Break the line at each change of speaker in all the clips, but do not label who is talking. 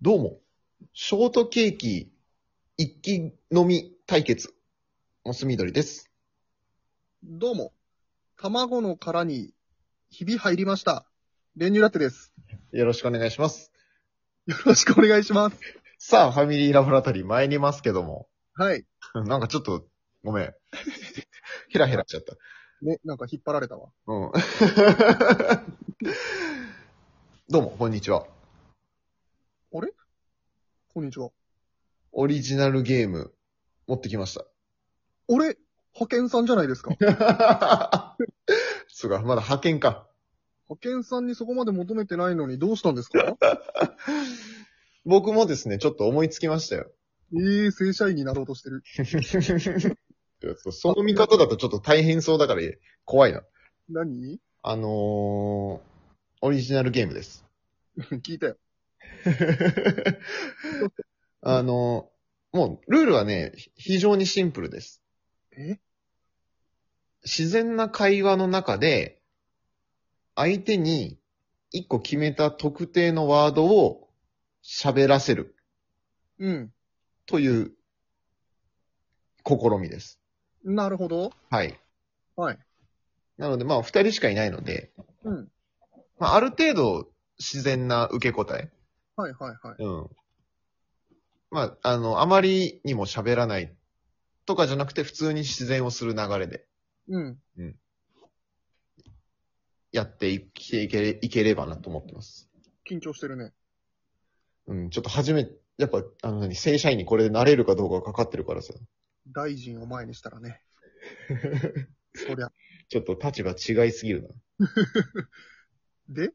どうも、ショートケーキ一気飲み対決、モス緑です。
どうも。卵の殻に、ひび入りました。練乳ラテです。
よろしくお願いします。
よろしくお願いします。
さあ、ファミリーラボラトリー参りますけども、
はい。
なんかちょっと、ごめん。 ヘラヘラしちゃった。
ね、なんか引っ張られたわ。
うん。 どうも、こんにちは。
こんにちは。
オリジナルゲーム、持ってきまし
俺、派遣さんじゃないですか。
た。 そうか、まだ派遣か。
派遣さんにそこまで求めてないのにどうしたんですか
僕もですね、ちょっと思いつきましたよ。
ええ正社員になろうとしてる。
その見方だとちょっと大変そうだから怖いな。
何
あのー、オリジナルゲームです。
聞いたよ。
あのー、もうルールはね、ひ非常にシンプルです。
え
自然な会話の中で、相手に一個決めた特定のワードを喋らせる
うん。
という試みです。
なるほど。
はい。
はい。
なので、まあ、二人しかいないので、
うん。
まあ、ある程度、自然な受け答え。
はいはいはい。
うん。まあ、あの、あまりにも喋らないとかじゃなくて、普通に自然をする流れで
うん。
やっていけいけいければなと思ってます。
緊張してるね。
うん、ちょっと初め、やっぱ、あの何、正社員にこれでなれるかどうかがかかってるからさ。
大臣を前にしたらね。そりゃ。
ちょっと立場違いすぎる
で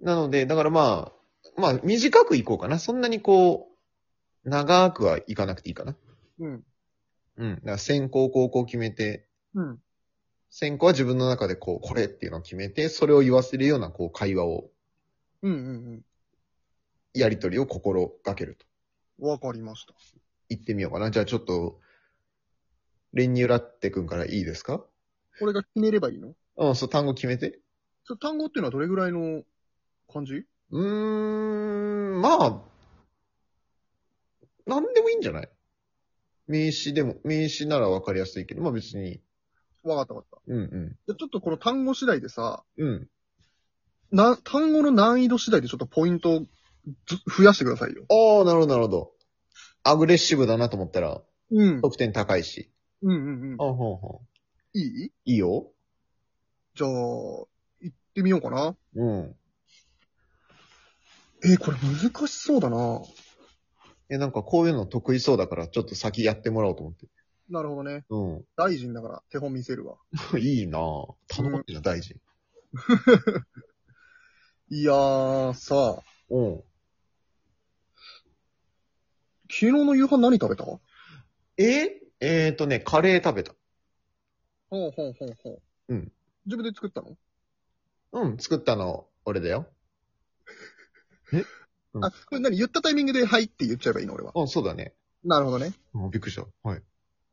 な。なので、だからまあ、まあ、短くいこうかな。そんなにこう、長くはいかなくていいかな。
うん。
うん。だから先行後攻決めて、
うん。
先行は自分の中でこう、これっていうのを決めて、それを言わせるようなこう、会話を、
うんうん
やりとりを心がけると。
うん。わかりました。
言ってみようかな。じゃあちょっと、練乳ラッテくんからいいですか
これが決めればいいの
うん、そう、単語決めて。
それ単語っていうのはどれぐらいの感じ
うーん、まあ、なんでもいいんじゃない名詞でも、名詞ならわかりやすいけど、まあ別に。
わかったわかっ
うんう
た。じゃあちょっとこの単語次第でさ、
ん。うん。
な、単語の難易度次第でちょっとポイントをず増やしてくださいよ。
ああ、なるほど、なるほど。アグレッシブだなと思ったら、
うん。
得点高いし。
うんうんうん。
あほうほう。
いい
いいよ。
じゃあ、行ってみようかな。
うん。
えーこれ難しそうだな。
え、なんかこういうの得意そうだから、ちょっと先やってもらおうと思って。
なるほどね。
うん。
大臣だから手本見せるわ。
いいなぁ。頼まってな、大臣。
いやー、さあ、
うん。
昨日の夕飯何食べたほ
ええー、とね、カレー食べた。
うほうほうほう。
うん。
自分で作ったの
うん、作ったの、俺だよ。うん
あ、これ何言ったタイミングではいって言っちゃえばいいの俺は。
うん、そうだね。
なるほどね。
うん、びっくりした。はい。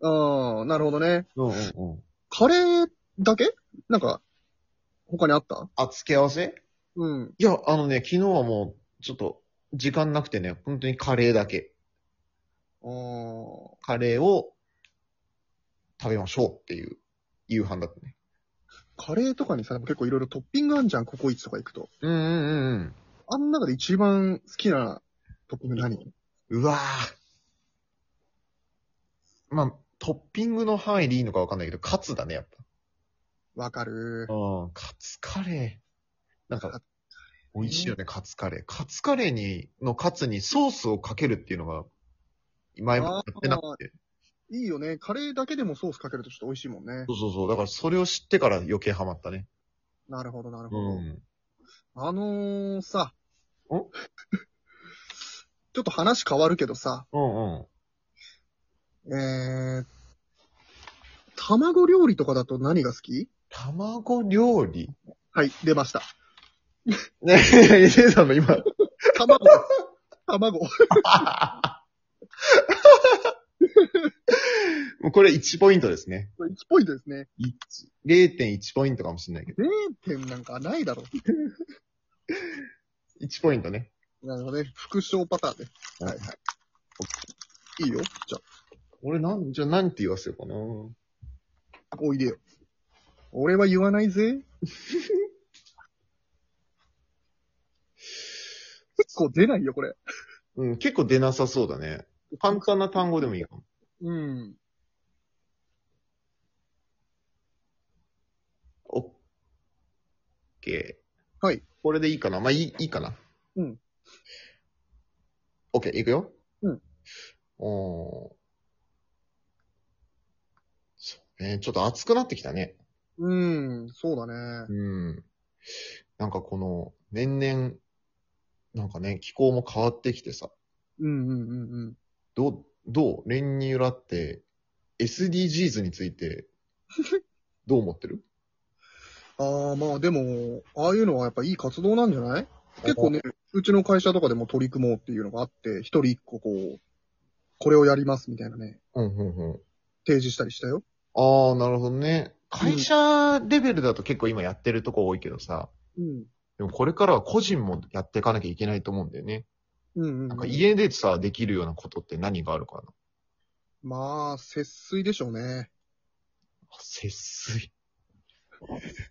うん、なるほどね。
うんうんうん。
カレーだけなんか、他にあった
あ、付け合わせ
うん。
いや、あのね、昨日はもう、ちょっと、時間なくてね、本当にカレーだけ。
あー
カレーを、食べましょうっていう、夕飯だったね。
カレーとかにさ、でも結構いろいろトッピングあんじゃん、ココイチとか行くと。
うんうんうん
あん中で一番好きなトッピング何
うん。うわぁ。まあ、トッピングの範囲でいいのかわかんないけど、カツだね、やっぱ。
わかる
うん、カツカレー。なん
カ
か
ツ、
美味しいよね、カツカレー。カツカレーに、のカツにソースをかけるっていうのが、前もやってなくて。
いいよね。カレーだけでもソースかけるとちょっと美味しいもんね
そ。うそうそう。だからそれを知ってから余計ハマったね。
なるほど、な
う
るほど。
ん。
あのー、
ん
さ。ちょっと話変わるけどさ、
うんうん。
えー、卵料理とかだと何が好き
卵料理
はい、出ました。
ねえ、伊勢さんの今。
卵。卵。
もうこれ1ポイントですね。
1ポイントですね。
0.1ポイントかもしれないけど。
0点なんかないだろ。
1ポイントね。
なるほどね。復唱パターンね。はいはい。いいよ。じゃ
俺なん、じゃあなんて言わせようかな。
あ、おいでよ。俺は言わないぜ。結構出ないよ、これ。
うん、結構出なさそうだね。簡単な単語でもいいかも。
うん。
オッケー。
はい。
これでいいかなまあ、いい、いいかな。
うん。
オッケー、いくよ。
うん。
おー。そうね、ちょっと暑くなってきたね。
うん、そうだね。
うん。なんかこの、年々、なんかね、気候も変わってきてさ、
うんうんうんうん。
どう、どう練乳ラって、SDGs について、どう思ってる
ああ、まあでも、ああいうのはやっぱいい活動なんじゃない結構ね、うちの会社とかでも取り組もうっていうのがあって、一人一個こう、これをやりますみたいなね、
うん、うん、うん。
提示したりしたよ。
ああ、なるほどね。会社レベルだと結構今やってるとこ多いけどさ、
うん。
でもこれからは個人もやっていかなきゃいけないと思うんだよね。
うんうん、
なん
う
か
ん。
家でさ、できるようなことって何があるかな
まあ、節水でしょうね。
節水。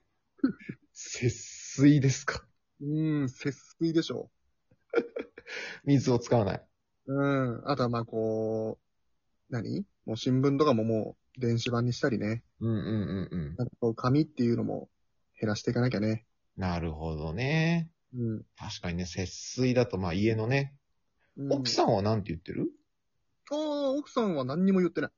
節水ですか。
うん、節水でしょ
水を使わない。
う。うん。あとはまあこう、何もう新聞とかももう電子版にしたりね。
うんうんうんうん。
なんかこう紙っていうのも減らしていかなきゃね。
なるほどね。
うん。
確かにね、節水だとまあ家のね。
う
奥さんはなんて言って る、
ああ、奥さんは何にも言ってない。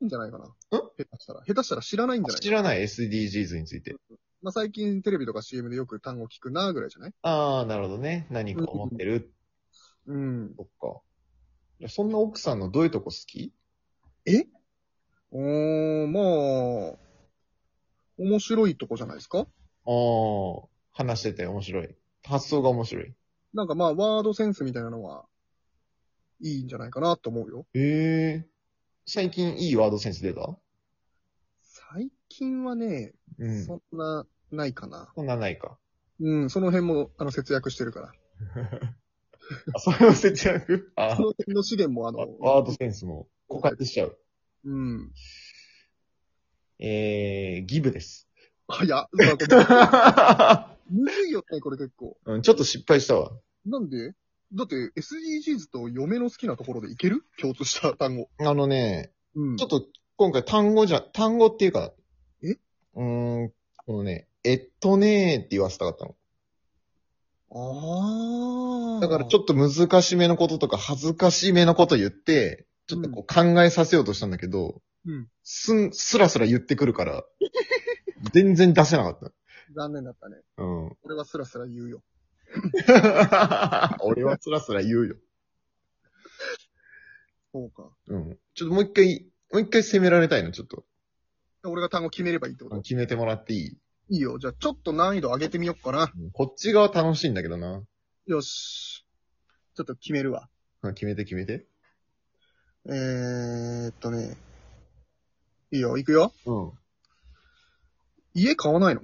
いいんじゃないかな。下手したら。下手したら知らないんじゃない
知らない SDGs について。
まあ、最近テレビとか CM でよく単語聞くなぐらいじゃない
ああ、なるほどね。何か思ってる
うん。
そっか。いやそんな奥さんのどういうとこ好き
おー、まあ、面白いとこじゃないですか
ああ、話してて面白い。発想が面白い。
なんかまあ、ワードセンスみたいなのは、いいんじゃないかなと思うよ。
へえ。最近いいワードセンス出た
最近はね、
うん。
そんな、ないかな。
そんなない か。
うん、その辺も、あの、節約してるから。
あ、それは節約あ
その辺の資源も、あの、
ワードセンスも枯渇しちゃう。
うん。
えー、ギブ です。
あ、いや、まあこれ むずいよね、これ結構。
うん、ちょっと失敗したわ。
なんでだって、SDGs と嫁の好きなところでいける共通した単語。
あのね、
うん
ちょっと今回単語じゃ、単語っていうか、
え
うーん、このね、えっとねーって言わせたかったの。
ああ。
だからちょ
っ
っと難しめのこととか恥ずかしめのこと言って、ちょっとこう考えさせようとしたんだけど、
うん
すん、すらすら言ってくるから、 全然出せなかっ
と。残念だったね。
た。 うん。
俺はスラスラ言うよ。
俺はすらすら言うよ。
そうか。
うん。ちょっともう一回、もう一回攻められたいの、ちょっと。
俺が単語決めればいいってこと、
決めてもらっていい、
いいよ。じゃあ、ちょっと難易度上げてみよっかな。
うんこっち側楽しいんだけどな。
よし。ちょっと決めるわ。
うん決めて決めて。
えーっとね。いいよ、行くよ。
うん。
家買わないの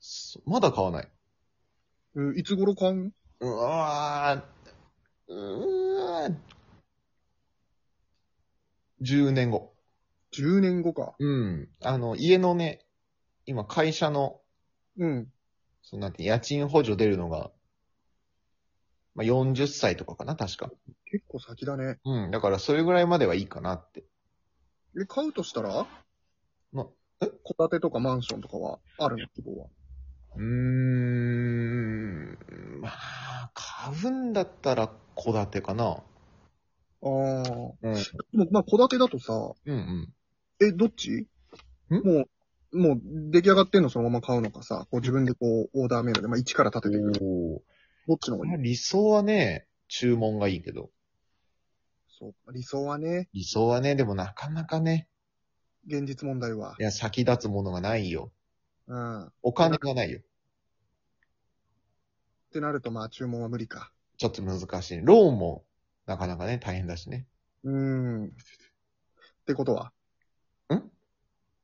そまだ買わない。
うん、いつ頃買う
うわーうーん。10年後。
?10 年後か。
うん。あの、家のね、今会社の、
うん。
そのなんて、家賃補助出るのが、まあ、40歳とかかな、確か。
結構先だね。
うん。だから、それぐらいまではいいかなって。
え、買うとしたら
まえ
え戸建てとかマンションとかはあるの希望は。
うーん。まあ、買うんだったら、戸建てかな。
ああ。でも
うん。、
まあ、戸建てだとさ、
うんうん。
え、どっちもう、もう出来上がってんのそのまま買うのかさ、こう自分でこうオーダーメイドで、まあ一から立てていく。
おー
どっちの方がいい
まあ理想はね、注文がいいけど。
そう。理想はね、
理想はね、でもなかなかね、
現実問題は。
いや、先立つものがないよ。
うん。っ
お金がないよ。
てなるとまあ注文は無理か。
ちょっと難しい。ローンも、なかなかね、大変だしね。
うーん。ってことは
ん
っ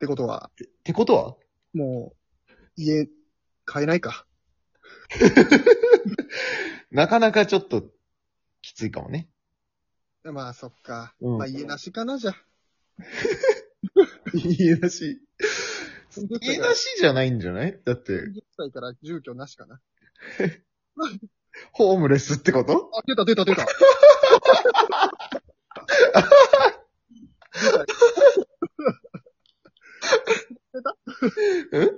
てことは、
ってことは
もう、家、買えないか。
なかなかちょっと、きついかもね。
まあ、そっか。
うん
まあ、家なしかな、じゃ。
家出し。
家
家出しじゃないんじゃないだって、
10歳から住居なしかな。
ホームレスってこと
あ、出た出た出 た。出た
え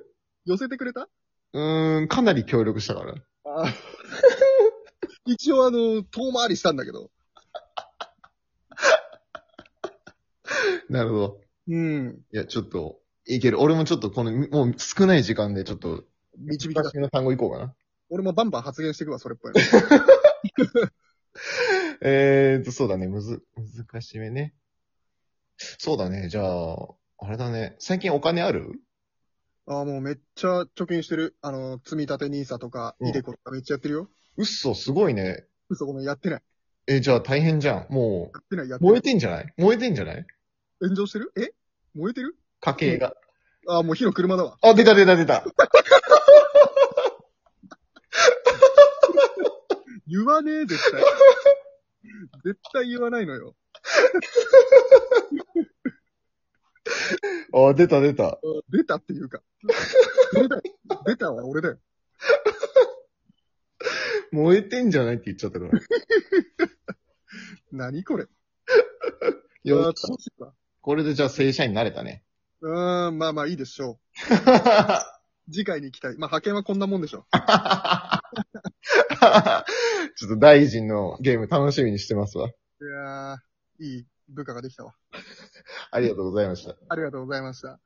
寄せてくれた
うーん、かなり協力したから。
ああ一応あの、遠回りしたんだけど。
なるほど。
うん。
いや、ちょっと、いける。俺もちょっと、この、もう少ない時間でちょっと、
導き
久
出し
しぶりの単語いこうかな。
俺もバンバン発言していくわ、それっぽい
えーと、そうだね、むず、難しめね。そうだね、じゃあ、あれだね、最近お金ある
の。ああ、もうめっちゃ貯金してる。あの、積み立て NISA とか、
うん
イデコとかめっちゃやってるよ。
嘘、すごいね。
嘘ごめん、やってない。
え、じゃあ大変じゃん。も
やってない、やっ
う、
てな
燃え
い。
てんじゃない燃えてんじゃない
炎上してるえ燃えてる
家計が。
ああ、もう火の車だわ。
あ、出た出た出た。
言わねえ、絶対。絶対言わないのよ。
あ、出た出た。
出たっていうか。出た、出たは俺だよ。
燃えてんじゃないって言っちゃったから。
何これ。あ
よ
ー
し、
楽しいわ。
これでじゃあ正社員になれた ね。
うーん、まあまあいいでしょう。次回に行きたい。まあ派遣はこんなもんでしょ
ちょっと大臣のゲーム楽しみにしてますわ。
う。いやー、いい部下ができたわ。
ありがとうございました。
ありがとうございました。